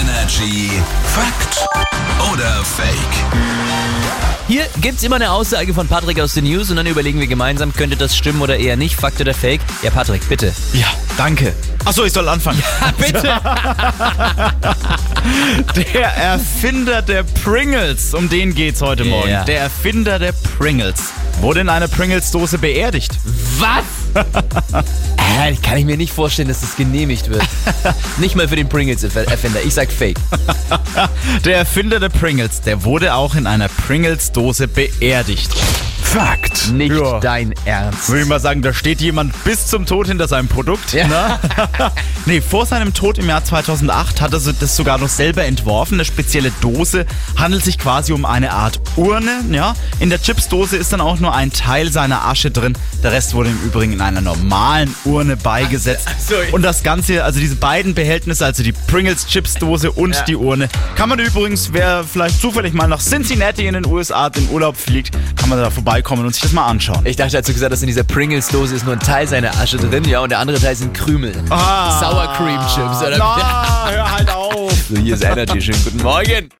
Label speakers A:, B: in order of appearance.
A: Energy Fakt oder Fake?
B: Hier gibt's immer eine Aussage von Patrick aus den News und dann überlegen wir gemeinsam, könnte das stimmen oder eher nicht, Fakt oder Fake. Ja, Patrick, bitte.
C: Ja, danke. Achso, ich soll anfangen.
B: Bitte!
C: Der Erfinder der Pringles, um den geht's heute Morgen.
B: Ja.
C: Der Erfinder der Pringles wurde in einer Pringles-Dose beerdigt.
B: Was? Äh, kann ich mir nicht vorstellen, dass das genehmigt wird. Nicht mal für den Pringles-Erfinder. Ich sag Fake.
C: Der Erfinder der Pringles, der wurde auch in einer Pringles-Dose beerdigt.
A: Fakt.
B: Nicht
C: Ja.
B: dein Ernst.
C: Würde ich mal sagen, da steht jemand bis zum Tod hinter seinem Produkt. Ne? nee, vor seinem Tod im Jahr 2008 hat er so- das sogar noch selber entworfen. Eine spezielle Dose handelt sich quasi um eine Art Urne. Ja? In der Chipsdose ist dann auch nur ein Teil seiner Asche drin. Der Rest wurde im Übrigen in einer normalen Urne beigesetzt.
B: so, ja.
C: Und das Ganze, also diese beiden Behältnisse, also die Pringles Chipsdose und
B: Ja.
C: die Urne, kann man übrigens, wer vielleicht zufällig mal nach Cincinnati in den USA in Urlaub fliegt, kann man da vorbeikommen und sich das mal anschauen.
B: Ich dachte, er hat so gesagt, dass in dieser Pringles-Dose ist nur ein Teil seiner Asche drin, ja, und der andere Teil sind Krümel.
C: Ah.
B: Sour Cream Chips, oder?
C: Na, hör halt auf.
B: So, hier ist Energy. Schönen guten Morgen.